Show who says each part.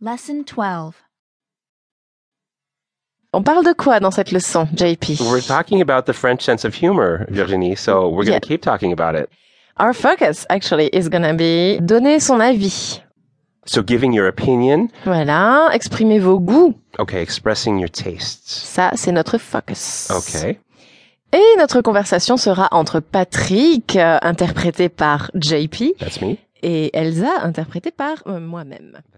Speaker 1: Lesson 12.
Speaker 2: On parle de quoi dans cette leçon, JP?
Speaker 3: We're talking about the French sense of humor, Virginie, so we're going
Speaker 2: Yeah.
Speaker 3: to keep talking about it.
Speaker 2: Our focus, actually, is gonna be donner son avis.
Speaker 3: So, giving your opinion,
Speaker 2: Voilà, exprimer vos goûts.
Speaker 3: okay, expressing your tastes.
Speaker 2: Ça, c'est notre focus.
Speaker 3: Okay.
Speaker 2: Et notre conversation sera entre Patrick, euh, interprété par JP,
Speaker 3: That's me.
Speaker 2: et Elsa, interprétée par euh, moi-même.